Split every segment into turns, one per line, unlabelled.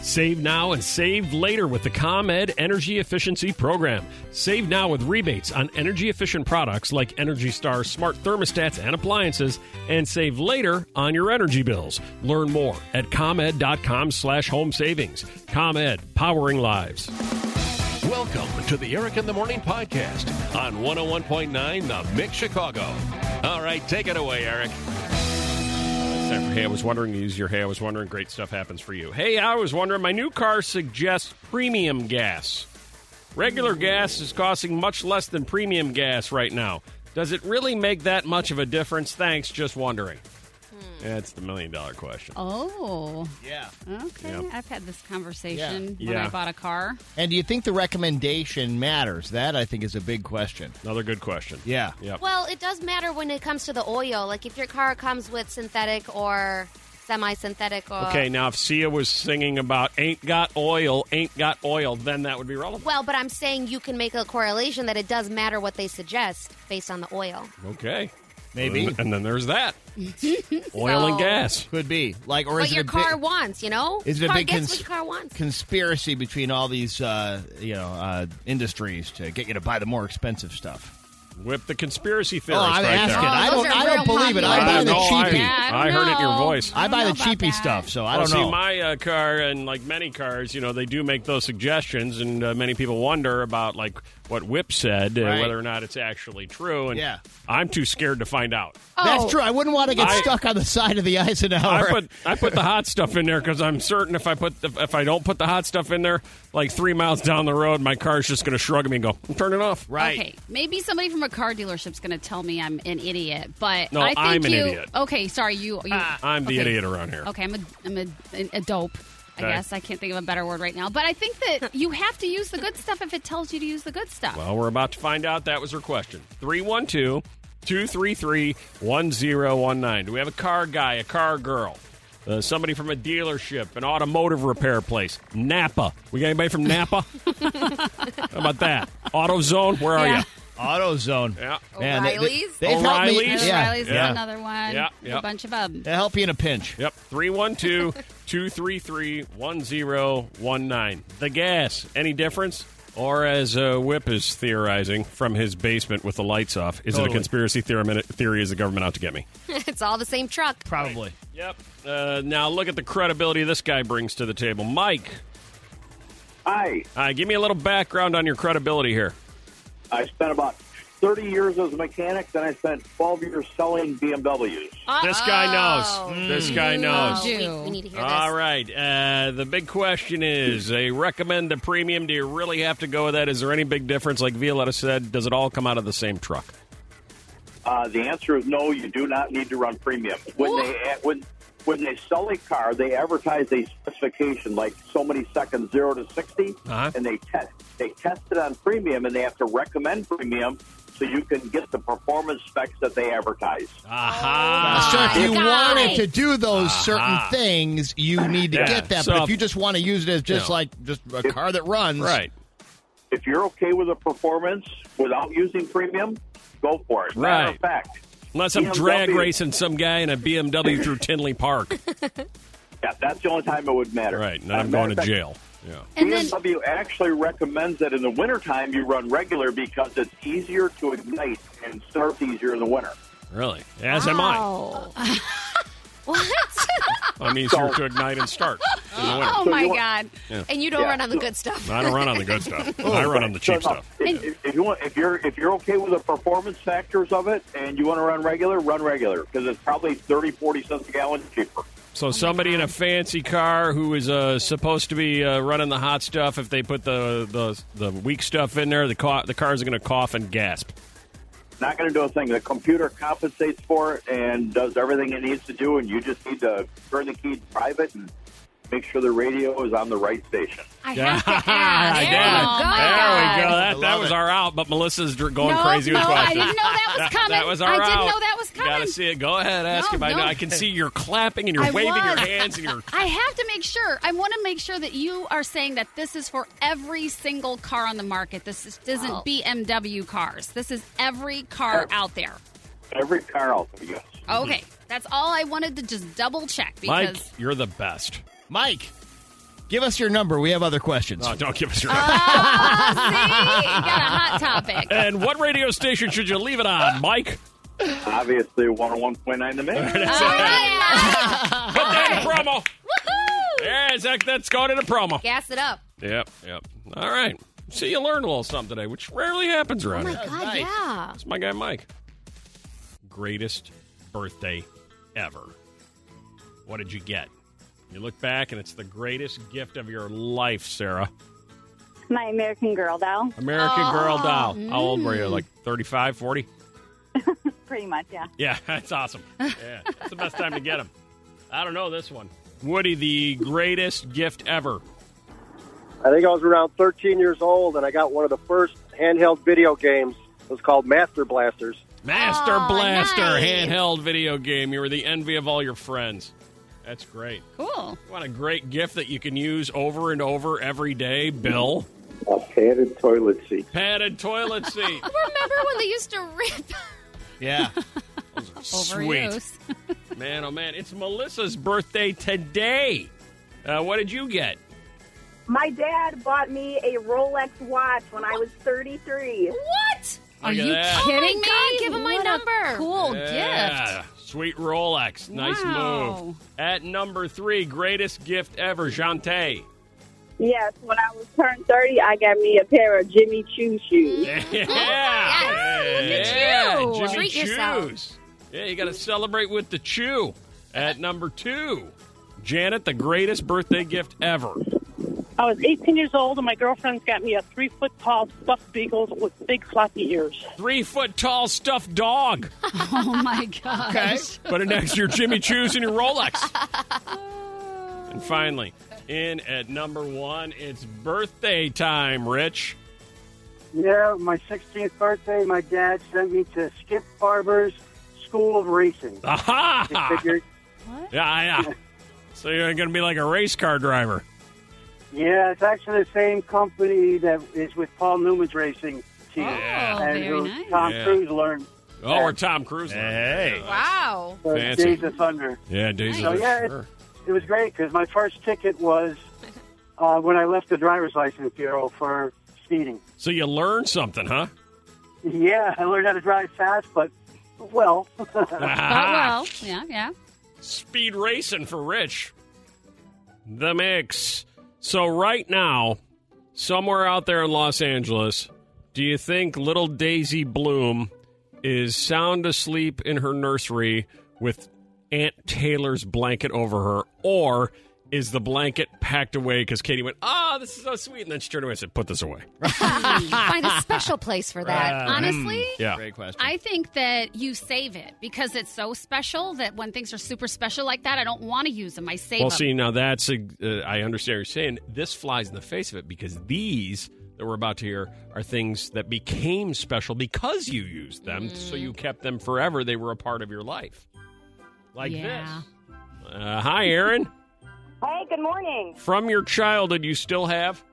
Save now and save later with the ComEd Energy Efficiency Program. Save now with rebates on energy efficient products like Energy Star smart thermostats and appliances, and save later on your energy bills. Learn more at ComEd.com slash home savings. ComEd, powering lives.
Welcome to the Eric in the Morning Podcast on 101.9 The Mix Chicago. All right, take it away, Eric.
Hey, I was wondering, use your hey, I was wondering, great stuff happens for you. Hey, I was wondering, my new car suggests premium gas. Regular gas is costing much less than premium gas right now. Does it really make that much of a difference? Thanks, just wondering. That's the million dollar question.
Oh,
Yeah.
okay.
Yeah.
I've had this conversation
Yeah.
when
Yeah.
I bought a car.
And do you think the recommendation matters? That I think is a big question.
Another good question.
Yeah.
Yep.
Well, it does matter when it comes to the oil. Like if your car comes with synthetic or semi-synthetic or
Uh,
Okay, now if Sia was singing about ain't got oil, ain't got oil, then that would be relevant.
Well, but I'm saying you can make a correlation that it does matter what they suggest based on the oil.
Okay.
Maybe.
And then there's that oil and
So-
gas.
Could be like, or
What
is it
your
a
car
big
wants, you know?
is it a
car
big
gets
cons-
what your car wants.
conspiracy between all these uh, you know uh, industries to get you to buy the more expensive stuff?
Whip the conspiracy
Oh,
theorist
I'm
right
asking.
there.
I
Oh,
don't.
those are
I don't
real
believe it. I
popular.
buy the
know, I-
cheapy.
Yeah,
I
don't
heard it in your
know.
voice.
I,
don't
buy
know
the
about
cheapy
that.
stuff, so I
Well,
don't know.
See, my uh, car and like many cars, you know, they do make those suggestions, and uh, many people wonder about like what Whip said, uh,
Right.
whether or not it's actually true. And
Yeah.
I'm too scared to find out.
That's true. I wouldn't want to get
I-
stuck on the side of the Eisenhower.
I put I put the hot stuff in there because I'm certain if I put the, if I don't put the hot stuff in there, like three miles down the road, my car's just going to shrug at me and go, "I'm turning off."
right.
Okay, maybe somebody from a car dealership's going to tell me I'm an idiot, but
No,
I think
I'm an
you,
idiot.
Okay, sorry, you. you
Ah.
I'm the
Uh, okay.
idiot around here.
Okay, I'm a, I'm a, a dope.
Okay.
I guess I can't think of a better word right now, but I think that you have to use the good stuff if it tells you to use the good stuff.
Well, we're about to find out. That was her question. 312 233 1019. Do we have a car guy, a car girl, uh, somebody from a dealership, an automotive repair place, Napa? We got anybody from Napa? How about that? AutoZone, where are
Yeah.
you?
AutoZone.
Yeah.
Man, they-
O'Reilly's?
They, have helped me.
O'Reilly's?
Yeah.
Riley's
yeah.
another one.
Yeah,
There's
yeah.
A bunch of them.
They help you in a pinch.
Yep, 312 233 1019. The gas, any difference? Or as uh, Whip is theorizing from his basement with the lights off, is it a
Totally.
conspiracy theory, theory? Is the government out to get me?
it's all the same truck.
Probably.
Yep. Uh, now look at the credibility this guy brings to the table. Mike,
Hi.
uh, give me a little background on your credibility here.
I spent about 30 years as a mechanic, then I spent 12 years selling BMWs.
This guy knows. This guy knows.
Oh, we, we need to hear this.
All right. Uh, the big question is: They recommend the premium. Do you really have to go with that? Is there any big difference? Like Violetta said, does it all come out of the same truck?
Uh, the answer is no, you do not need to run premium. When they eh, when when they sell a car, they advertise a specification like so many seconds, zero to 60
Uh-huh.
and they test they test it on premium, and they have to recommend premium so you can get the performance specs that they advertise.
Ah. Aha.
so if you
guy.
wanted to do those certain things, you need to
Uh-huh. Yeah.
get that.
So-
but if you just want to use it as just
Yeah.
like just a car that
Oh.
runs,
Right.
If you're okay with a performance without using premium, go for it. Matter
Right.
of fact,
Unless I'm
BMW.
drag racing some guy in a BMW through Tinley Park.
Yeah, that's the only time it would matter.
Right. Now I'm going
Uh, matter
to
of fact,
jail. Yeah.
And then,
BMW actually recommends that in the wintertime you run regular because it's easier to ignite and starts easier in the winter.
Really? As am I.
Wow. what?
I'm easier to ignite and start in the winter.
oh
So
my
you want-
god,
and you don't
Yeah.
run on the good stuff.
I don't run on the good stuff.
Oh.
I run on the cheap
So, no,
stuff.
If, if- if you want, if you're if you're okay with the performance factors of it and you want to run regular, run regular because it's probably 30, 40 cents a gallon cheaper.
So somebody in a fancy car who is uh, supposed to be uh, running the hot stuff, if they put the the, the weak stuff in there, the ca- the cars are going to cough and gasp.
Not going to do a thing. The computer compensates for it and does everything it needs to do, and you just need to turn the key to private and make sure the radio is on the right station.
I have to
Ah,
ask.
damn it.
Oh, my
There we
God.
go. That, that
love
was
it.
our out, but Melissa's dr- going
no,
crazy with
no, I
questions.
didn't know that was coming.
That was our
I didn't
out.
know that was
You
coming.
gotta see it. Go ahead, ask
No,
him. I, know.
no.
I can see you're clapping and you're
I
waving your
was.
hands and you're.
I have to make sure. I want to make sure that you are saying that this is for every single car on the market. This is, isn't
Oh.
Wow.
BMW cars. This is every car out there.
Every car out there, yes.
Okay, that's all I wanted to just double check
Hmm. Mike,
because
you're the best.
Mike? Give us your number. We have other questions.
Oh, don't give us your.
Uh, See, you got a hot topic.
and what radio station should you leave it on, Mike?
Obviously, 101.9 the mix.
All right.
Put that in promo. Yeah, Zach, that's going in a promo.
Gas it up.
Yep, yep. All right. See, you learned a little something today, which rarely happens around here.
Oh God,
nice.
yeah.
It's my guy Mike. Greatest birthday ever. What did you get? You look back and it's the greatest gift of your life, Sarah.
My American Girl doll,
American Girl
Oh,
doll. How old were
mm.
you? Like 35, 40?
pretty much. Yeah.
Yeah, that's awesome. Yeah, that's the best time to get them. I don't know this one. Woody, the greatest gift ever.
I think I was around 13 years old, and I got one of the first handheld video games. It was called Master Blasters.
Master
Aw,
Blaster
nice.
handheld video game. You were the envy of all your friends. That's great.
Cool.
What a great gift that you can use over and over every day, Bill.
A padded toilet seat.
Padded toilet seat.
Remember when they used to rip?
Yeah.
Sweet.
Overuse.
Man, oh man. It's Melissa's birthday today. Uh, what did you get?
My dad bought me a Rolex watch when I was 33.
What? Are
Look at
you
that.
kidding
Oh my
me?
God, give him my
What a
number.
cool
yeah.
gift.
Sweet Rolex. Nice
Wow.
move. At number three, greatest gift ever, Jante.
Yes, when I was turned 30, I got me a pair of Jimmy Choo shoes.
Yeah.
Oh,
Ah.
Yes,
Yeah,
look at you.
Jimmy
Treat
Chews.
yourself.
Yeah, you got to celebrate with the chew. At number two, Janet, the greatest birthday gift ever.
I was 18 years old, and my girlfriend's got me a three foot tall stuffed beagle with big floppy ears.
Three foot tall stuffed dog.
Oh my gosh.
Put it next to your Jimmy Chews and your Rolex. and finally, in at number one, it's birthday time, Rich.
Yeah, my 16th birthday, my dad sent me to Skip Barber's School of Racing.
Aha!
He figured,
Yeah, yeah. So you're going to be like a race car driver.
yeah, it's actually the same company that is with Paul Newman's racing team.
Yeah.
Oh,
and
very
who
nice.
Tom
Yeah.
Cruise learned
Oh, or Tom Cruise.
Hey.
Wow.
uh,
Fancy.
Days of Thunder.
Yeah, Daisy.
So, Oh, yeah, it's- It was great because my first ticket was uh, when I left the driver's license bureau for speeding.
So you learned something, huh?
Yeah, I learned how to drive fast, but well,
Oh,
But
Aha. Mm-hmm.
well, yeah, yeah.
Speed racing for Rich. The mix. So right now, somewhere out there in Los Angeles, do you think little Daisy Bloom is sound asleep in her nursery with Aunt Taylor's blanket over her, or is the blanket packed away? Because Katie went, "Ah, this is so sweet," and then she turned away and said, "Put this away."
Find a special place for that.
Honestly,
Yeah.
Great question.
I think that you save it because it's so special that when things are super special like that, I don't want to use them. I save
Well,
them.
see, now that's a, uh, I understand what you're saying. This flies in the face of it because these that we're about to hear are things that became special because you used them, so
Mm.
you kept them forever. They were a part of your life, like
Yeah.
this. Uh, hi, Aaron.
Hey, good morning.
From your childhood, you still have.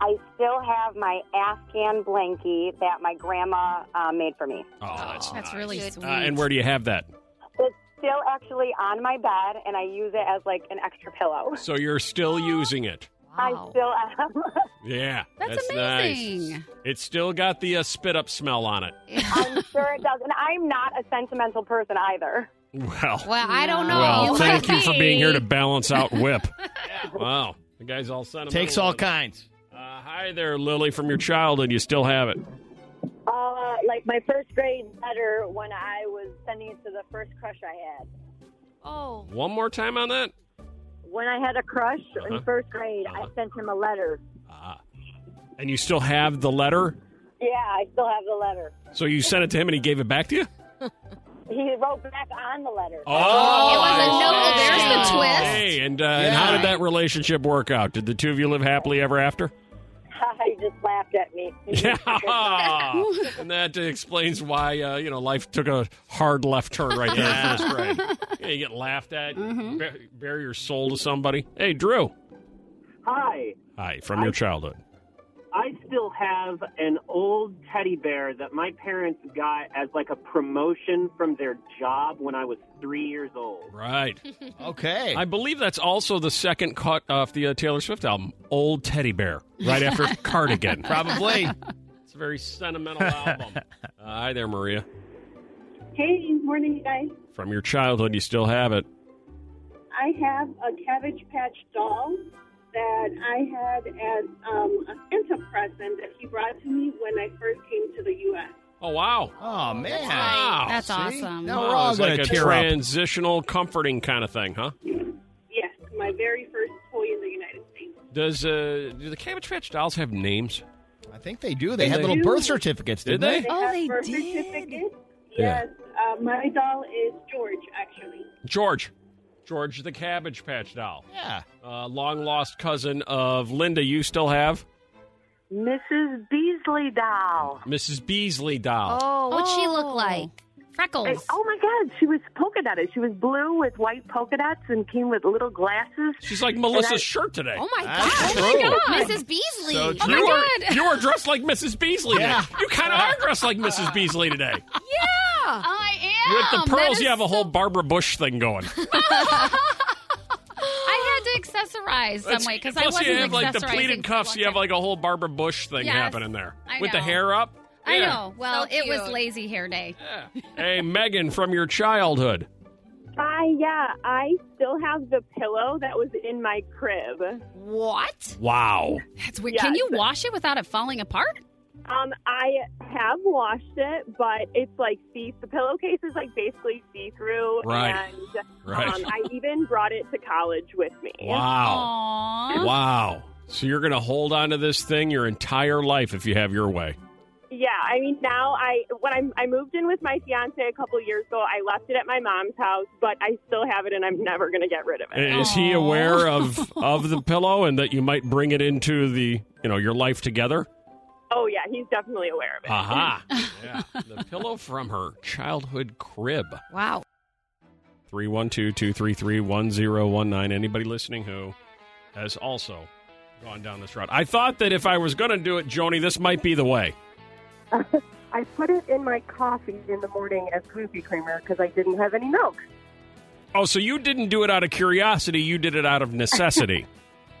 I still have my Afghan blankie that my grandma uh, made for me.
Oh, that's
That's
nice.
really
Good.
sweet.
Uh, and where do you have that?
It's still actually on my bed, and I use it as like an extra pillow.
So you're still using it.
I still am.
Yeah,
That's
nice.
amazing.
It's still got the uh, spit up smell on it.
I'm sure it does. And I'm not a sentimental person either.
Well,
Well, I don't know.
Well,
You
thank
might
you for being here to
be.
balance out whip. Wow. The guy's all sentimental.
Takes all kinds.
Uh, hi there, Lily, from your childhood. You still have it.
Uh, like my first grade letter when I was sending it to the first crush I had.
Oh.
One more time on that?
When I had a crush
Uh-huh.
in first grade,
Uh-huh.
I sent him a letter.
And you still have the letter?
Yeah, I still have the letter.
So you sent it to him and he gave it back to you?
He wrote back on the letter.
Oh,
It was a no. There's the twist.
Hey, and, uh, and how did that relationship work out? Did the two of you live happily ever after?
he just laughed at me.
Yeah. and that explains why, uh, you know, life took a hard left turn right there in first grade. Yeah, you get laughed at,
Mm-hmm.
bare, bare your soul to somebody. Hey, Drew.
hi.
Hi, from your childhood.
I
still have an old teddy bear that my parents got as like a promotion from their job when I was three years old.
Right.
Okay.
I believe that's also the second cut off the uh, Taylor Swift album, Old Teddy Bear, right after Cardigan.
Probably.
It's a very sentimental album. Uh, hi there, Maria.
Hey, morning, guys.
From your childhood, you still have it.
I have a Cabbage Patch doll that I had as um, a Santa present that he brought to me when I first came to the U.S.
Oh, wow.
Oh, man.
Wow.
That's
See?
awesome.
Now
Wow,
we're all
it's
going
like a
to tear up.
transitional, comforting kind of thing, huh?
Yes, my very first toy in the United States.
Does uh, do the Cabbage Patch dolls have names?
I think they do. They had
They
little
do.
birth certificates,
Did
didn't
they?
They
Oh,
have
they
birth
did?
certificates.
Yeah.
Yes, uh, my doll is George, actually.
George. George the Cabbage Patch doll.
Yeah.
Uh, long lost cousin of Linda, you still have?
Mrs. Beasley doll.
Mrs. Beasley doll.
Oh, what'd she
Oh.
look like?
Freckles.
Oh my God, she was polka dotted. She was blue with white polka dots and came with little glasses.
She's like Melissa's
I-
shirt today.
Oh my
That's
god!
true.
Oh my god!
Mrs. Beasley.
So
oh
you
my
are,
god.
You are dressed like Mrs. Beasley.
Yeah.
today. You kind of are dressed like Mrs. Beasley today.
Yeah.
I am.
With the
That
pearls,
is
you have a
so-
whole Barbara Bush thing going.
I had to accessorize some way because I
Plus,
wasn't
you have like the
accessorizing
pleated
for
cuffs.
one
You have
time.
like a whole Barbara Bush thing
Yes,
happening there
I
with the
know.
hair up.
I
Yeah.
know. Well,
So
it was
cute.
lazy hair day.
Hey, Megan, from your childhood.
I yeah, I still have the pillow that was in my crib.
What?
Wow.
That's weird.
Yeah,
Can you
it's-
wash it without it falling apart?
Um, I have washed it, but it's like see the pillowcase is like basically see through,
Right.
and
Right.
um, I even brought it to college with me.
Wow.
Aww.
Wow. So you're going to hold on to this thing your entire life if you have your way.
Yeah, I mean now I when I I moved in with my fiance a couple years ago, I left it at my mom's house, but I still have it, and I'm never gonna get rid of it.
Is he
Aw.
aware of of the pillow and that you might bring it into the, you know, your life together?
Oh yeah, he's definitely aware of it.
Aha. Yeah. The pillow from her childhood crib.
Wow.
312-233-1019. Anybody listening who has also gone down this route. I thought that if I was going to do it, Joni, this might be the way.
I put it in my coffee in the morning as Gloopy creamer because I didn't have any milk.
Oh, so you didn't do it out of curiosity, you did it out of necessity.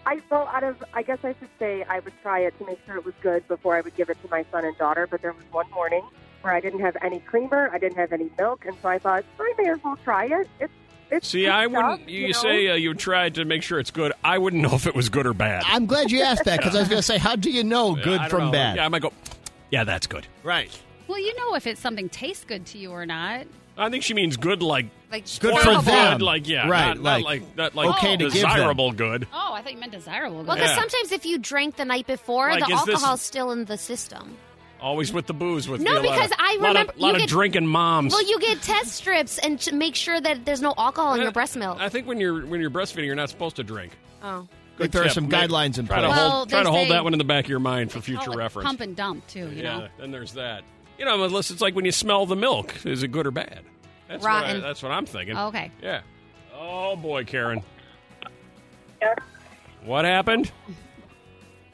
I well, out of I guess I should say I would try it to make sure it was good before I would give it to my son and daughter. But there was one morning where I didn't have any creamer, I didn't have any milk, and so I thought I may as well try it. It's it's
See,
good
I
stuff,
wouldn't you,
know?
say uh, you tried to make sure it's good. I wouldn't know if it was good or bad.
I'm glad you asked that because I was going to say, how do you know good
I don't
from
know.
bad?
Yeah, I might go. Yeah, that's good.
Right.
Well, you know if it's something tastes good to you or not.
I think she means good like
Like
Good for
spoiled
them.
good, like yeah,
Right,
not- not
like,
like not like
okay to give them.
desirable good.
Oh, I thought you meant desirable.
Well, because
Yeah.
sometimes if you drank the night before,
Like,
the
is this-
alcohol's still in the system.
Always with the booze with
No,
me, a lot
because
of-
I
lot
remember-
of,
you
lot of
could-
drinking moms.
Well, you get test strips and ch- make sure that there's no alcohol in your breast milk.
Eh, I think when you're when you're breastfeeding, you're not supposed to drink.
oh.
But there are
tip.
some
Maybe-
guidelines in
Try
place.
to
Well,
hold, try to
they
hold
say-
that one in the back of your mind for
Oh,
future
like
reference.
Pump and dump too. You
yeah,
know.
then there's that. You know, unless it's like when you smell the milk, is it good or bad? That's What I,
Rotten.
that's what I'm thinking.
Okay.
Yeah. Oh boy, Karen. What happened?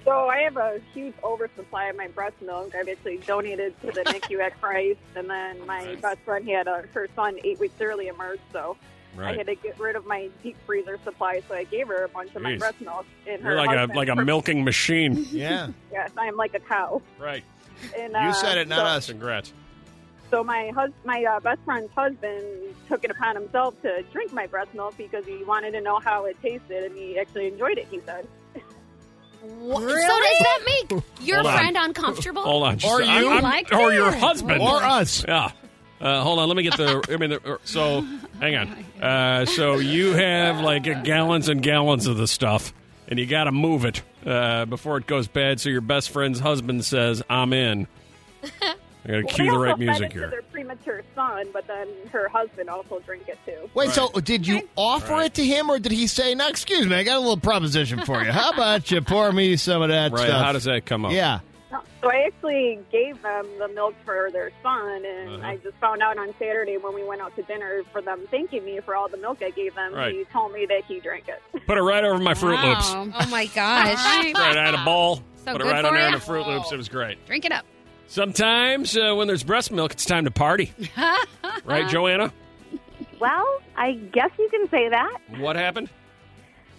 So I have a huge oversupply of my breast milk. I basically donated to the NICU at Christ, and then my
Nice.
best friend had a, her son eight weeks early emerged, so I had to get rid of my deep freezer supply. So I gave her a bunch of my
Jeez.
breast milk. And
You're
her
like a
husband-
like a milking machine.
Yeah.
Yes, I am like a cow.
Right.
And,
You
uh,
said it,
so,
not us.
Congrats.
So my hus- my uh, best friend's husband took it upon himself to drink my breast milk because he wanted to know how it tasted, and he actually enjoyed it. He said.
Wha- So does that make your
Hold on.
friend uncomfortable?
Hold on.
Or
just-
you
like
or
that.
your husband,
Or us.
Yeah. Uh, hold on. Let me get the. I mean, the, or- so hang on. Uh, so you have like gallons and gallons of the stuff, and you got to move it uh, before it goes bad. So your best friend's husband says, "I'm in." I got to cue
They
the right
also fed
music
it to
here.
Their premature son, but then her husband also drank it too.
Wait, so did you offer it to him or did he say, no, excuse me, I got a little proposition for you. How about you pour me some of that
Right?
stuff?
How does that come up?
yeah.
So I actually gave them the milk for their son, and
Uh-huh.
I just found out on Saturday when we went out to dinner for them thanking me for all the milk I gave them.
Right.
He told me that he drank it.
Put it right over my Fruit Loops.
Wow.
Oh my gosh.
Right. I had a ball.
So
Put it
good
right
for
on there
you.
in the Fruit Loops. It was great.
Drink it up.
Sometimes uh, when there's breast milk, it's time to party. right, Joanna?
Well, I guess you can say that.
What happened?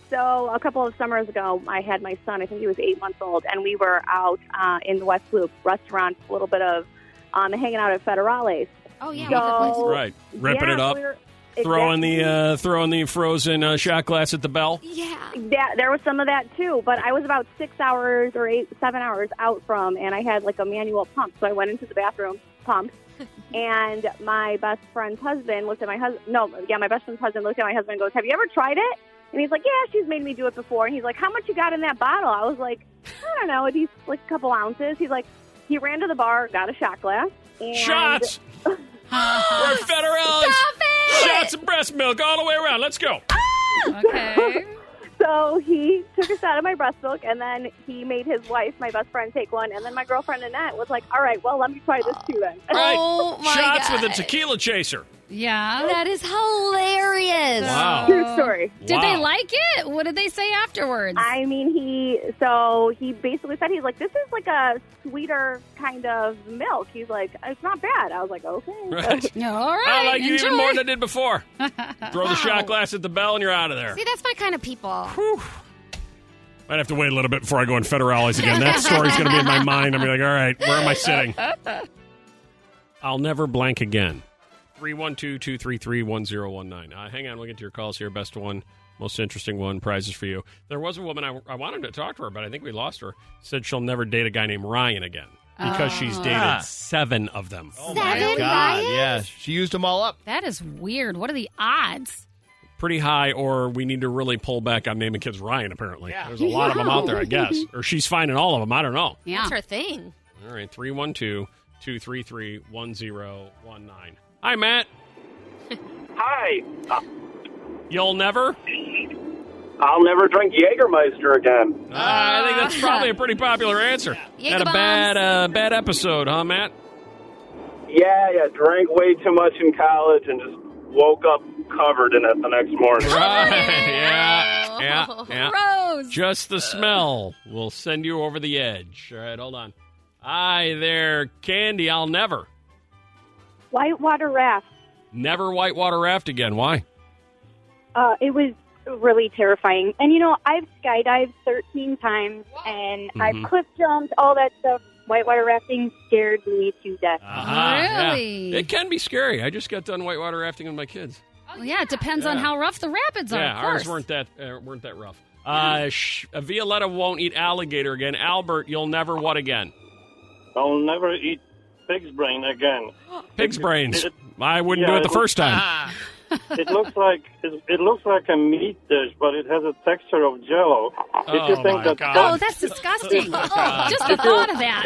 So a couple of summers ago, I had my son. I think he was eight months old, and we were out uh, in the West Loop restaurant, a little bit of um, hanging out at Federales.
Oh yeah,
so,
Right. Ripping
yeah,
it up.
we were-
Throwing the uh, throwing the frozen uh, shot glass at the bell.
Yeah.
Yeah, there was some of that too, but I was about six hours or eight, seven hours out from, and I had like a manual pump, so I went into the bathroom, pumped, and my best friend's husband looked at my husband. No, yeah, my best friend's husband looked at my husband and goes, "Have you ever tried it?" And he's like, "Yeah, she's made me do it before." And he's like, "How much you got in that bottle?" I was like, "I don't know, at least like a couple ounces." He's like, he ran to the bar, got a shot glass, and
Shots. We're federals.
Stop it!
Shots of breast milk all the way around. Let's go.
Okay.
So he took a shot of my breast milk, and then he made his wife, my best friend, take one. And then my girlfriend Annette was like, "All right, well, let me try this too then."
Right.
Oh, my
Shots with a
God.
tequila chaser.
Yeah.
That is hilarious.
Wow.
True
Uh,
story.
Did they
Wow.
like it? What did they say afterwards?
I mean, he so he basically said he's like, "This is like a sweeter kind of milk." He's like, "It's not bad." I was like, "Okay."
Right.
All right.
I like you
enjoy.
even more than I did before. Throw the shot glass at the bell and you're out of there.
See, that's my kind of people.
I'd have to wait a little bit before I go in federales again. That story's going to be in my mind. I'm gonna be like, all right, where am I sitting? I'll never blank again. 312 233 1019. Uh, Hang on, we'll get to your calls here. Best one, most interesting one, prizes for you. There was a woman, I, I wanted to talk to her, but I think we lost her. Said she'll never date a guy named Ryan again because she's
Oh,
dated
Ah.
seven of them.
Oh
Seven
my God!
Ryan's?
Yeah, she used them all up.
That is weird. What are the odds?
Pretty high, or we need to really pull back on naming kids Ryan, apparently.
Yeah.
There's a lot of them out there, I guess. Or she's finding all of them. I don't know.
Yeah.
That's her thing.
All right, 312 233 1019. Hi, Matt.
Hi.
You'll never?
I'll never drink Jägermeister again.
Uh, I think that's probably a pretty popular answer.
Yeah.
Had a
Jacob
bad, uh, bad episode, huh, Matt?
Yeah, yeah, drank way too much in college and just woke up covered in it the next morning.
Oh,
yeah, yeah, yeah.
Gross.
Just the smell will send you over the edge. All right, hold on. Hi there, Candy. I'll never,
Whitewater raft.
never whitewater raft again. Why?
Uh, it was really terrifying. And you know, I've skydived 13 times and
Mhm.
I've cliff jumped, all that stuff. Whitewater rafting scared me to death.
Ah, yeah.
Really?
It can be scary. I just got done whitewater rafting with my kids.
Well, yeah, it depends on
Yeah.
how rough the rapids are.
yeah,
of course.
ours weren't that uh, weren't that rough. Uh, sh- Violetta won't eat alligator again. Albert, you'll never what again?
I'll never eat pig's brain again.
Pig's brains. I wouldn't
Yeah,
do it the
it-
first time.
It looks like it, it looks like a meat dish, but it has a texture of jello.
Oh,
if you think
my
that
God.
Oh, that's disgusting. Oh, just the thought of that.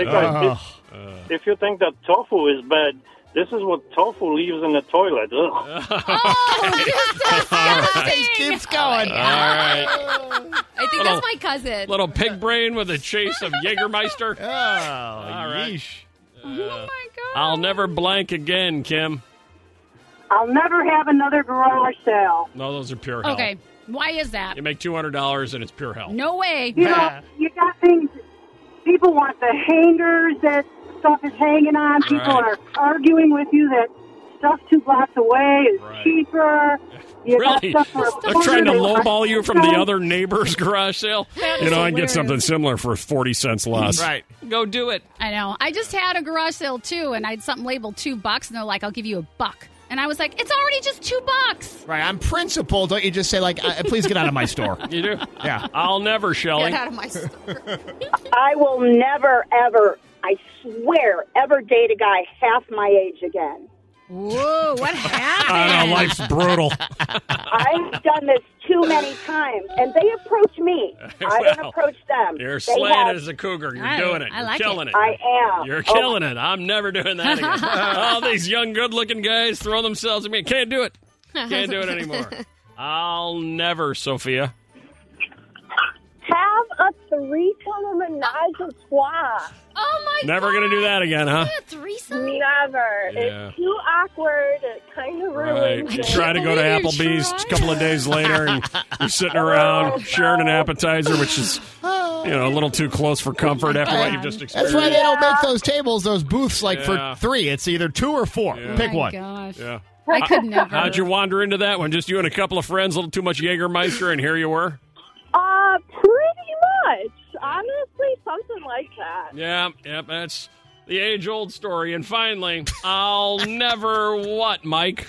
If, if, if you think that tofu is bad, this is what tofu leaves in the toilet. Ugh.
Oh,
It keeps going.
All
Oh,
right.
I think
Little-
that's my cousin.
Little pig brain with a chase of Jägermeister.
Oh, yeesh.
oh my god. I'll never blank again, Kim.
I'll never have another garage sale.
No, those are pure hell.
Okay, why is that?
You make two hundred dollars and it's pure hell.
No way.
You know, you got things. People want the hangers that stuff is hanging on. People are
Right.
arguing with you that stuff two blocks away is
Right.
cheaper. You got
Really?
stuff for a
They're trying
quarter.
to
They want
lowball you from the
discounts.
other neighbor's garage sale.
That
You
is
know, I can get
hilarious.
something similar for forty cents less.
Right.
Go do it.
I know. I just had a garage sale too, and I had something labeled two bucks, and they're like, "I'll give you a buck," and I was like, "It's already just two bucks."
Right, I'm principled. Don't you just say like, uh, please get out of my store?
You do?
Yeah.
I'll never, Shelly.
of my store.
I will never, ever, I swear, ever date a guy half my age again.
Whoa! What happened? Oh
I know, life's brutal.
I've done this too many times, and they approach me. I don't
Well,
approach them.
You're
They
slaying
have-
it as a cougar. You're
I-
doing it.
I
You're
like
killing
it.
it.
I am.
You're
Oh,
killing it. I'm never doing that again. All these young, good-looking guys throw themselves at me. Can't do it. Can't do it anymore. I'll never, Sophia.
Have a burrito
call them a menage a trois.
Oh my
Never gonna do that again, huh?
threesome? Never.
Yeah.
It's too awkward. It kind of
Right.
ruins
You
it.
try to go to Applebee's a couple of days later, and you're sitting around sharing an appetizer, which is you know a little too close for comfort after what you've just
That's
experienced.
why they don't make those tables, those booths, like
Yeah.
for three. It's either two or four.
Yeah.
Oh
Pick
My
one.
Yeah.
I could never.
How'd you wander into that one? Just you and a couple of friends, a little too much Jägermeister, and here you were.
Uh, pretty much. Honestly, something like that.
Yeah, yeah, that's the age-old story. And finally, I'll never what, Mike?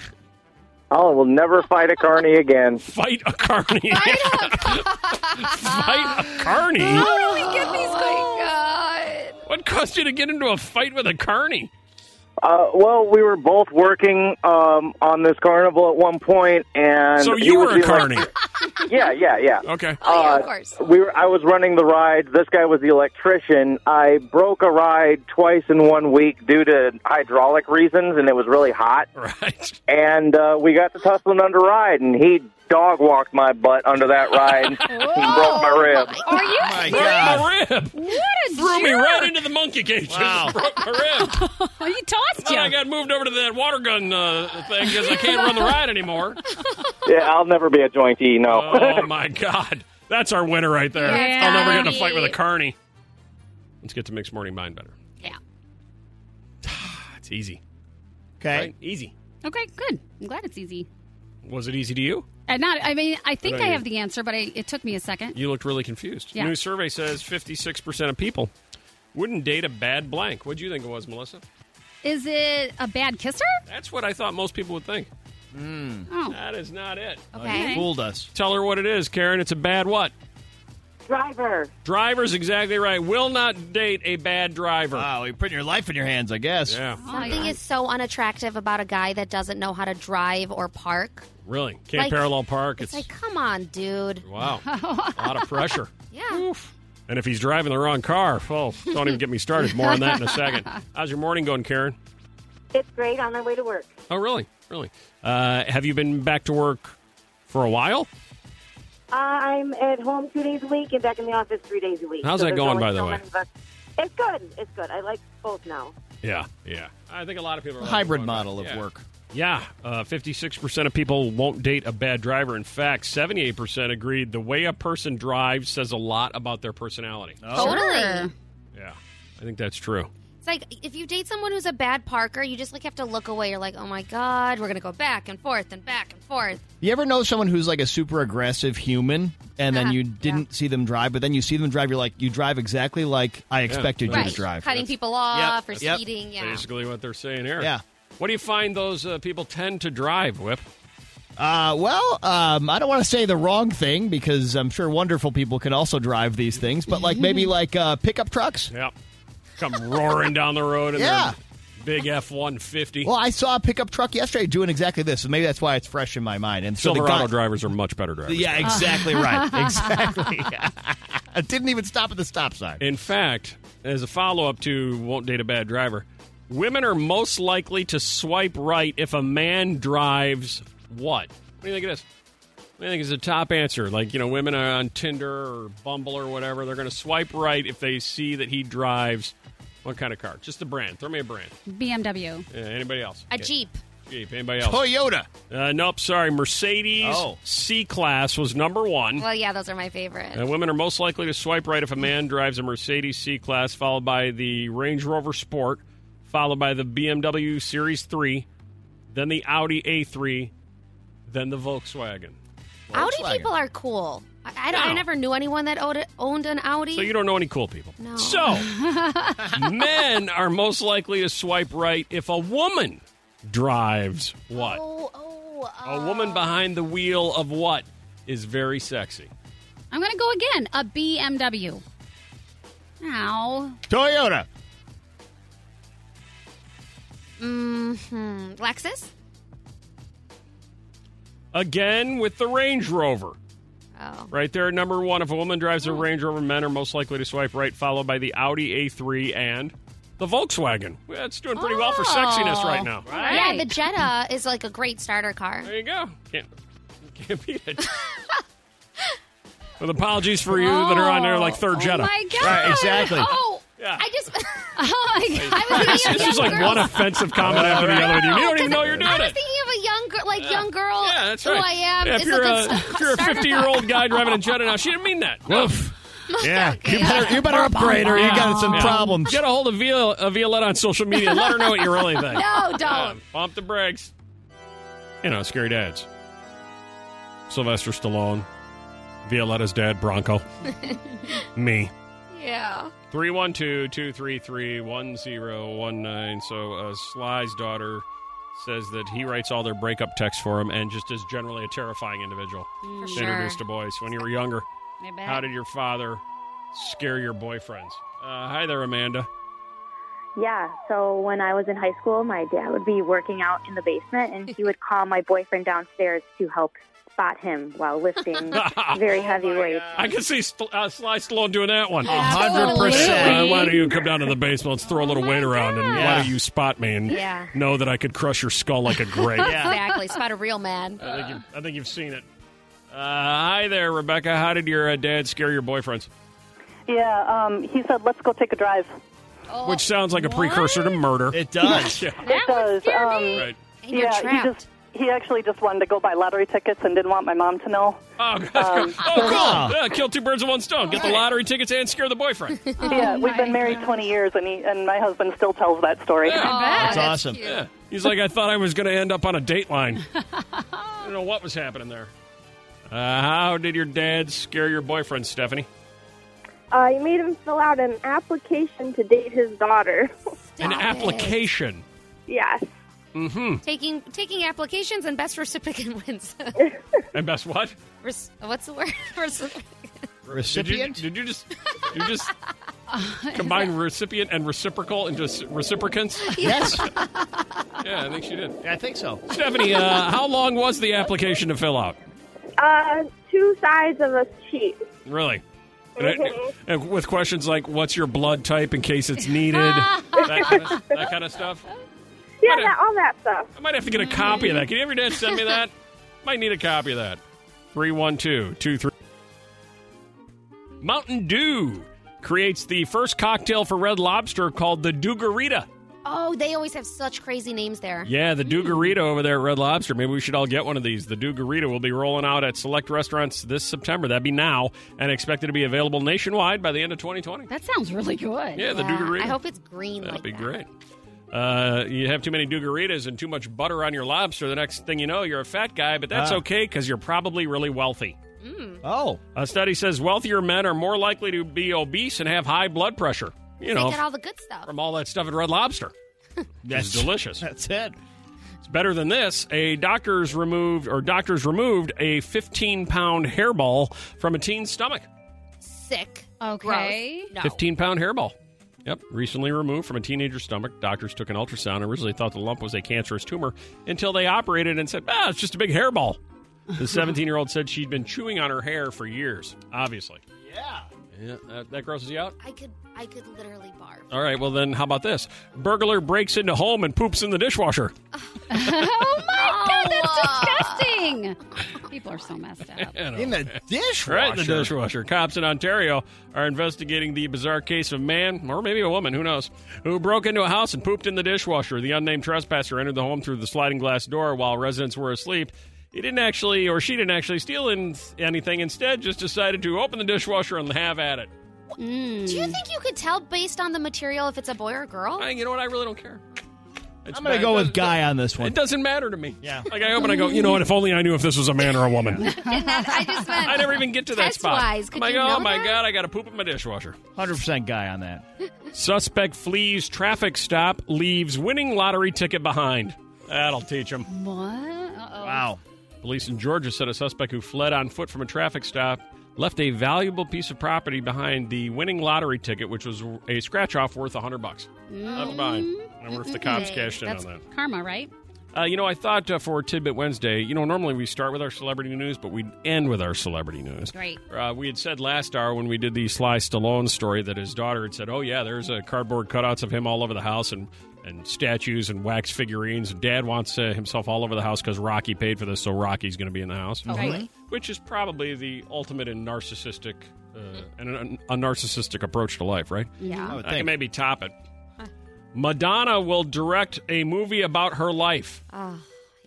Alan will never fight a carny again.
Fight a carny. Fight a carny.
How did we get these? Oh
What caused you to get into a fight with a carny?
Uh, well, we were both working um, on this carnival at one point, and
so
he
you
would
were
be
a
like-
carny.
yeah, yeah, yeah.
Okay.
Oh, yeah, of course. We were. I was running the ride. This guy was the electrician. I broke a ride twice in one week due to hydraulic reasons, and it was really hot.
Right.
And uh, we got to tussling under ride, and he dog walked my butt under that ride and broke my rib.
Are you?
Broke my rib.
What a
Threw me
jerk.
right into the monkey cage.
Wow.
Broke my rib.
He tossed
Then I
you.
got moved over to that water gun uh, thing because I can't run the ride anymore.
Yeah, I'll never be a jointy. No.
Oh my god, that's our winner right there.
Yeah.
I'll never get in a fight with a carny. Let's get to mix morning mind better.
Yeah.
It's easy.
Okay.
Right? Easy.
Okay, good. I'm glad it's easy.
Was it easy to you?
And not. I mean, I think
about
I
you?
have the answer, but I, it took me a second.
You looked really confused.
Yeah.
New survey says 56% of people wouldn't date a bad blank. What do you think it was, Melissa?
Is it a bad kisser?
That's what I thought most people would think.
Oh.
That is not it.
Okay.
Fooled us.
Tell her what it is, Karen. It's a bad what?
Driver.
Driver's exactly right. Will not date a bad driver.
Wow, you're putting your life in your hands, I guess.
Yeah.
Something is so unattractive about a guy that doesn't know how to drive or park.
Really? Can't
Like,
parallel park.
It's
It's,
like, come on, dude.
wow. a lot of pressure.
Yeah.
And if he's driving the wrong car, oh, don't even get me started. More on that in a second. How's your morning going, Karen?
It's great on my way to work.
Oh, really? Really? Uh, have you been back to work for a while?
Uh, I'm at home two days a week and back in the office three days a week.
How's that
there's
going,
only
by the
so
way?
many of us- It's good. It's good. I like both now.
Yeah, yeah. I think a lot of people are
hybrid model of
Yeah.
work.
Yeah, uh, 56% of people won't date a bad driver. In fact, 78% agreed the way a person drives says a lot about their personality.
Oh.
Totally.
Yeah, I think that's true.
It's like if you date someone who's a bad parker, you just like have to look away. You're like, oh my god, we're gonna go back and forth and back and forth.
You ever know someone who's like a super aggressive human, and then you didn't see them drive, but then you see them drive, you're like, you drive exactly like I expected you
right.
to drive.
Cutting people off or speeding. Yeah.
Basically, what they're saying here.
Yeah.
What do you find those uh, people tend to drive, Whip?
Uh, well, um, I don't want to say the wrong thing because I'm sure wonderful people can also drive these things, but like maybe like uh, pickup trucks.
Yep. Come roaring down the road in
Yeah.
their big F 150.
Well, I saw a pickup truck yesterday doing exactly this, so maybe that's why it's fresh in my mind. And so the
Silverado
guy,
drivers are much better drivers.
yeah, exactly right, exactly. I didn't even stop at the stop sign.
In fact, as a follow up to Won't Date a Bad Driver, women are most likely to swipe right if a man drives what? What do you think it is? What do you think is the top answer? Like, you know, women are on Tinder or Bumble or whatever. They're going to swipe right if they see that he drives what kind of car? Just a brand. Throw me a brand.
BMW.
Yeah, anybody else?
A
Okay.
jeep.
Jeep. Anybody else?
Toyota.
Uh, nope, sorry. Mercedes
Oh.
C Class was number one.
Well, yeah, those are my favorite.
Uh, women are most likely to swipe right if a man drives a Mercedes C Class, followed by the Range Rover Sport, followed by the BMW Series 3, then the Audi A3, then the Volkswagen.
Audi people are cool. I, I, don't- I
No.
never knew anyone that owned, owned an Audi.
So you don't know any cool people.
No.
So men are most likely to swipe right if a woman drives what?
Oh, oh,
A woman behind the wheel of what is very sexy.
I'm gonna go again. A BMW. Now,
Toyota.
hmm Lexus.
Again with the Range Rover.
Oh.
Right there, at number one. If a woman drives a Range Rover, men are most likely to swipe right, followed by the Audi A3 and the Volkswagen. Well, it's doing pretty well for sexiness Oh, right now.
Yeah, the Jetta is like a great starter car. There
you go. Can't, can't beat it. With apologies for you that are on there like third Jedi.
Oh my god! Oh, I just. Oh my god! I was
This
thinking of
this is
young
like
girls.
one offensive comment after the other. You don't even know you're doing
I was
it.
thinking of a young girl, like young girl.
Yeah, that's
who
right.
I am.
Yeah, if,
is
you're uh,
like
a, if you're a 50 year old guy driving a Jetta now, she didn't mean that. Woof.
Yeah, you better you better upgrade her. You got some problems.
Get a hold of Viol- uh, Violetta on social media. Let her know what you really think.
No, don't.
Yeah, pump the brakes. You know, scary dads. Sylvester Stallone, Violetta's dad, Bronco, me.
yeah.
312-233-1019. So uh, Sly's daughter says that he writes all their breakup texts for him and just is generally a terrifying individual.
Mm. For
to
sure.
Introduce to boys. When you were younger,
I bet.
how did your father scare your boyfriends? Uh, hi there, Amanda.
Yeah. So when I was in high school, my dad would be working out in the basement, and he would call my boyfriend downstairs to help spot him while lifting very
Oh
heavy weights.
I can see St- uh, Sly Stallone doing that one.
hundred
Uh,
percent.
why don't you come down to the basement? Let's throw a little weight around, and why
Yeah.
don't you spot me and
Yeah.
know that I could crush your skull like a grape?
Exactly. Spot a real man.
I think, you've, I think you've seen it. Uh, hi there, Rebecca. How did your uh, dad scare your boyfriends?
Yeah, um, he said, let's go take a drive.
Which sounds like a precursor to murder. It
does.
yeah.
it does.
uh,
Um,
Right.
And you're
yeah, he,
trapped.
just, he actually just wanted to go buy lottery tickets and didn't want my mom to know.
Oh, that's cool. Oh, cool. Yeah, kill two birds with one stone. Get the lottery tickets and scare the boyfriend.
Oh
yeah, we've been married 20 years, and he and my husband still tells that story.
That's
That's awesome. cute.
Yeah. He's like, I thought I was going to end up on a dateline. I don't know what was happening there. Uh, how did your dad scare your boyfriend, Stephanie?
Uh, he made him fill out an application to date his daughter.
An application.
yes.
Mm hmm.
Taking taking applications and best recipient wins.
And best what?
Rec- What's the word? Reci-
Recipient? Did you, did you just did you just combine recipient and reciprocal into s- reciprocants?
Yes.
yeah, I think she did.
I think so.
Stephanie, uh, how long was the application to fill out?
Uh, two sides of a sheet.
Really? And I- and with questions like, "What's your blood type in case it's needed?" that, kind of, that kind of stuff.
Yeah, that, all that stuff.
I might have to get a copy of that. Can you ever dad send me that? Might need a copy of that. 312-23. Mountain Dew creates the first cocktail for Red Lobster called the Dugarita.
oh, they always have such crazy names there.
Yeah, the Dugarita over there at Red Lobster. Maybe we should all get one of these. The Dugarita will be rolling out at select restaurants this September. That'd be now, and expected to be available nationwide by the end of 2020.
That sounds really good.
Yeah, the Dugarita.
I hope it's green.
That'd
like
be great. Uh, you have too many Dugaritas and too much butter on your lobster. The next thing you know, you're a fat guy, but that's
Ah.
okay because you're probably really wealthy.
Oh,
A study says wealthier men are more likely to be obese and have high blood pressure. You
they
know,
got all the good stuff.
from all that stuff at Red Lobster. That's delicious. That's it. It's better than this. A doctor's removed or doctors removed a 15 pound hairball from a teen's stomach.
Sick.
Okay.
Gross. No.
15 pound hairball. Yep, recently removed from a teenager's stomach. Doctors took an ultrasound and originally thought the lump was a cancerous tumor until they operated and said, ah, it's just a big hairball. The 17 year old said she'd been chewing on her hair for years, obviously. Yeah. Yeah, that, that grosses you out?
I could I could literally barf.
All right, well, then how about this? Burglar breaks into home and poops in the dishwasher.
oh my god, that's disgusting. People are so messed up.
In
the dishwasher.
Right, the dishwasher. Cops in Ontario are investigating the bizarre case of a man, or maybe a woman, who knows, who broke into a house and pooped in the dishwasher. The unnamed trespasser entered the home through the sliding glass door while residents were asleep. He didn't actually, or she didn't actually steal in anything. Instead, just decided to open the dishwasher and have at it.
Do you think you could tell based on the material if it's a boy or a girl?
you know what? I really don't care.
I'm gonna go with guy on this one.
It doesn't matter to me. Yeah. Like I open, I go. You know what? If only I knew if this was a man or a woman.
I just meant
I never even get to that spot.
Test-wise, could
I'm like,
you
oh
know
my
that?
god, I got to poop in my dishwasher.
Hundred percent guy on that.
Suspect flees traffic stop, leaves winning lottery ticket behind. That'll teach him.
What? Uh-oh.
Police in Georgia said a suspect who fled on foot from a traffic stop left a valuable piece of property behind the winning lottery ticket, which was a scratch off worth 100 bucks. Left behind. I wonder if the cops
Mm-mm.
cashed in
That's
on that.
Karma, right?
Uh, you know, I thought uh, for Tidbit Wednesday, you know, normally we start with our celebrity news, but we'd end with our celebrity news.
Great.
Uh, we had said last hour when we did the Sly Stallone story that his daughter had said, "Oh yeah, there's uh, cardboard cutouts of him all over the house and and statues and wax figurines. And Dad wants uh, himself all over the house because Rocky paid for this, so Rocky's going to be in the house."
Totally.
Which is probably the ultimate in narcissistic uh, and an, a narcissistic approach to life, right?
Yeah. I would
I can
think.
maybe top it. Madonna will direct a movie about her life.
Oh,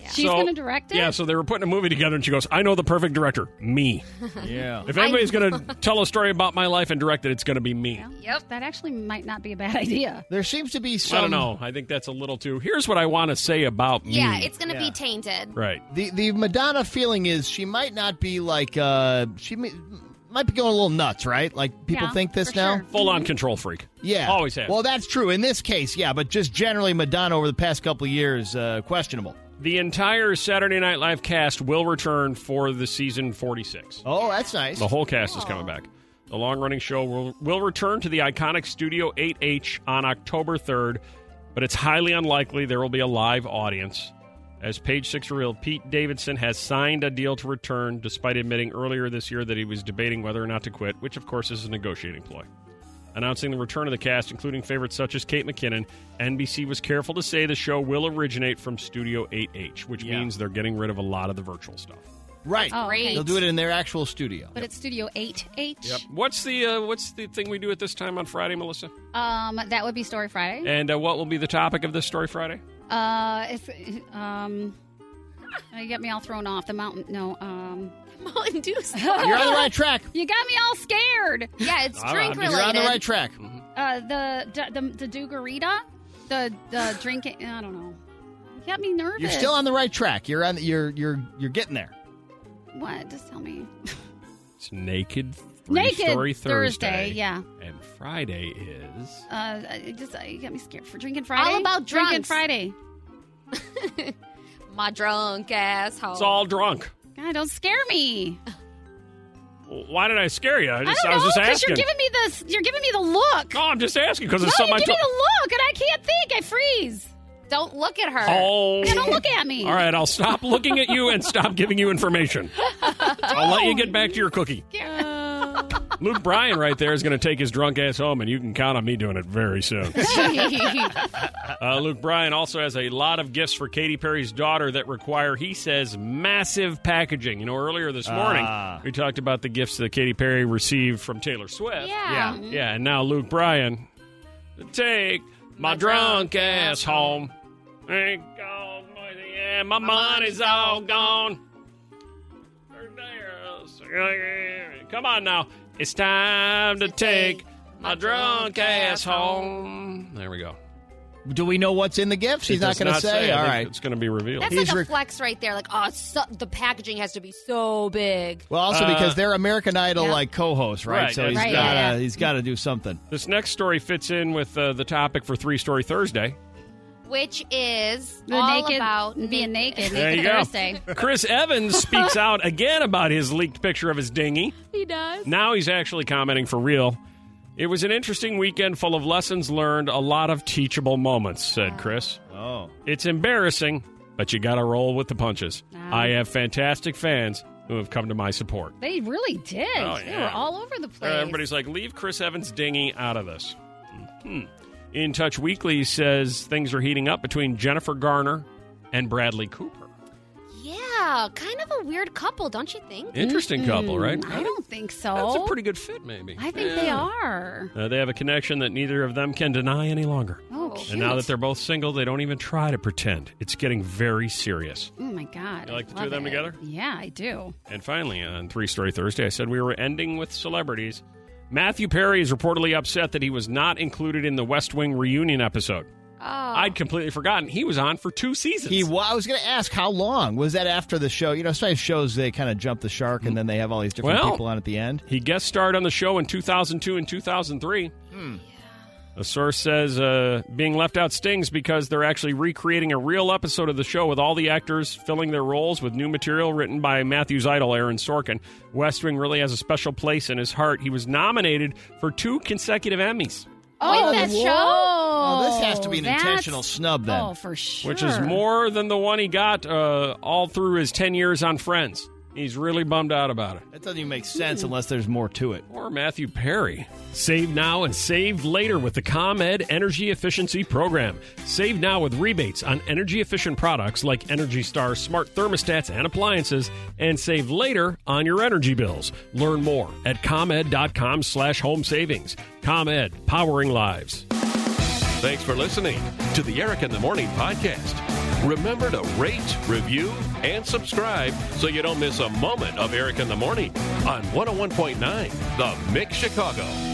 She's
So-
going to direct it?
Yeah, so they were putting a movie together, and she goes, "I know the perfect director, me."
Yeah.
If anybody's going to tell a story about my life and direct it, it's going to be me.
Yep. That actually might not be a bad idea.
There seems to be some.
Um,
I don't know. I think that's a little too. Here's what I want to say about me.
Yeah, it's gonna be
Yeah.
tainted.
right.
The the Madonna feeling is she might not be like uh she may, might be going a little nuts, right? Like people
Yeah,
think this
for
now.
sure. Full on control freak.
Yeah,
Always have.
Well, that's true in this case, yeah. But just generally, Madonna over the past couple of years, uh, questionable.
The entire Saturday Night Live cast will return for the season 46.
Oh, that's nice.
The whole cast is coming back. The long running show will, will return to the iconic Studio 8H on October 3rd, but it's highly unlikely there will be a live audience. As Page Six revealed, Pete Davidson has signed a deal to return, despite admitting earlier this year that he was debating whether or not to quit, which, of course, is a negotiating ploy. Announcing the return of the cast, including favorites such as Kate McKinnon, NBC was careful to say the show will originate from Studio 8H, which means they're getting rid of a lot of the virtual stuff.
Right.
Oh, great.
They'll do it in their actual studio.
But it's Studio 8H.
Yep. What's the uh, what's the thing we do at this time on Friday, Melissa?
Um, that would be Story Friday.
And uh, what will be the topic of this story Friday?
Uh, it's um, you got me all thrown off the mountain. No, um,
Mountain Dew.
You're on the right track.
You got me all scared.
Yeah, it's
All right.
drink
You're
related.
You're on the right track. Mm-hmm.
Uh, the the the, the Dugarita, the the drinking. I don't know. You got me nervous.
You're still on the right track. You're on. You're you're you're getting there.
What? Just tell me.
It's naked
Naked
story
Thursday,
Thursday.
yeah.
And Friday is
Uh, I just uh, you got me scared for drinking Friday.
about
drinking
drunks.
Friday.
My drunk
Oh.
asshole.
it's all drunk.
God, don't scare me.
Why did I scare you? I, just, was
I don't know
just
because
asking.
you're giving me this. You're giving me the look.
no, I'm just asking because it's
no, you
something
give
I
me the look, and I can't think. I freeze.
Don't look at her.
told.
Yeah, don't look at me.
All right, I'll stop looking at you and stop giving you information. I'll let you get back to your cookie. Luke Bryan right there is going to take his drunk ass home, and you can count on me doing it very soon. Uh, Luke Bryan also has a lot of gifts for Katy Perry's daughter that require, he says, massive packaging. You know, earlier this morning,
Ah.
we talked about the gifts that Katy Perry received from Taylor Swift.
Yeah. Yeah.
Yeah, and now Luke Bryan, take my, drunk, ass home. Ain't gone, noisy, yeah, my, money's all gone. Come on now. It's time to take my drunk ass home. There we go.
Do we know what's in the gift? She's
It
not
does
going to say.
I
All
think
right.
It's going to be revealed.
That's
He's
like a
rec-
flex right there. Like, oh, so, the packaging has to be so big.
Well, also
Uh,
because they're American Idol
yeah.
like co-hosts, right?
Right,
so
that's
he's
right.
gotta
Yeah.
he's got to do something.
This next story fits in with uh, the topic for Three Story Thursday.
Which is
The
all
naked-
about
being naked.
There you
naked
go.
Thursday.
Chris Evans speaks out again about his leaked picture of his dinghy.
He does.
Now he's actually commenting for real. It was an interesting weekend full of lessons learned, a lot of teachable moments, said Chris.
Oh.
It's embarrassing, but you got to roll with the punches.
Ah.
I have fantastic fans who have come to my support.
They really did.
Oh,
They
yeah.
were all over the
Uh,
place.
Everybody's like, leave Chris Evans' dinghy out of this. Mhm. In Touch Weekly says things are heating up between Jennifer Garner and Bradley Cooper.
Yeah, kind of a weird couple, don't you think?
Interesting couple, right?
Mm-hmm. I don't think so.
That's a pretty good fit, maybe.
Oh. I think they are.
Uh, they have a connection that neither of them can deny any longer.
Oh, cute.
And now that they're both single, they don't even try to pretend. It's getting very serious.
Oh my god!
You like the two
Love
of them
it.
together?
Yeah, I do.
And finally, on Three Story Thursday, I said we were ending with celebrities. Matthew Perry is reportedly upset that he was not included in the West Wing reunion episode.
Oh.
Ah.
I'd completely forgotten he was on for two seasons.
He. wa- I was going to ask how long was that after the show? You know, sometimes shows they kind of jump the shark and then they have all these different
Well-
people on at the end.
He guest starred on the show in 2002 and 2003. A source says uh, being left out stings because they're actually recreating a real episode of the show with all the actors filling their roles with new material written by Matthew's idol, Aaron Sorkin. West Wing really has a special place in his heart. He was nominated for two consecutive Emmys.
Oh,
that
whoa.
show?
Oh, this has to be an
that's-
intentional snub then.
Oh, for sure.
which is more than the one he got uh, all through his 10 years on Friends. He's really bummed out about it.
That doesn't even make
hmm.
sense unless there's more to it.
Or Matthew Perry. Save now and save later with the ComEd Energy Efficiency Program. Save now with rebates on energy efficient products like Energy Star smart thermostats and appliances, and save later on your energy bills. Learn more at ComEd.com slash home savings. ComEd, powering lives.
Thanks for listening to the Eric in the Morning podcast. Remember to rate, review, and subscribe so oh you don't miss a moment of Eric in the Morning on 101.9 The Mix Chicago.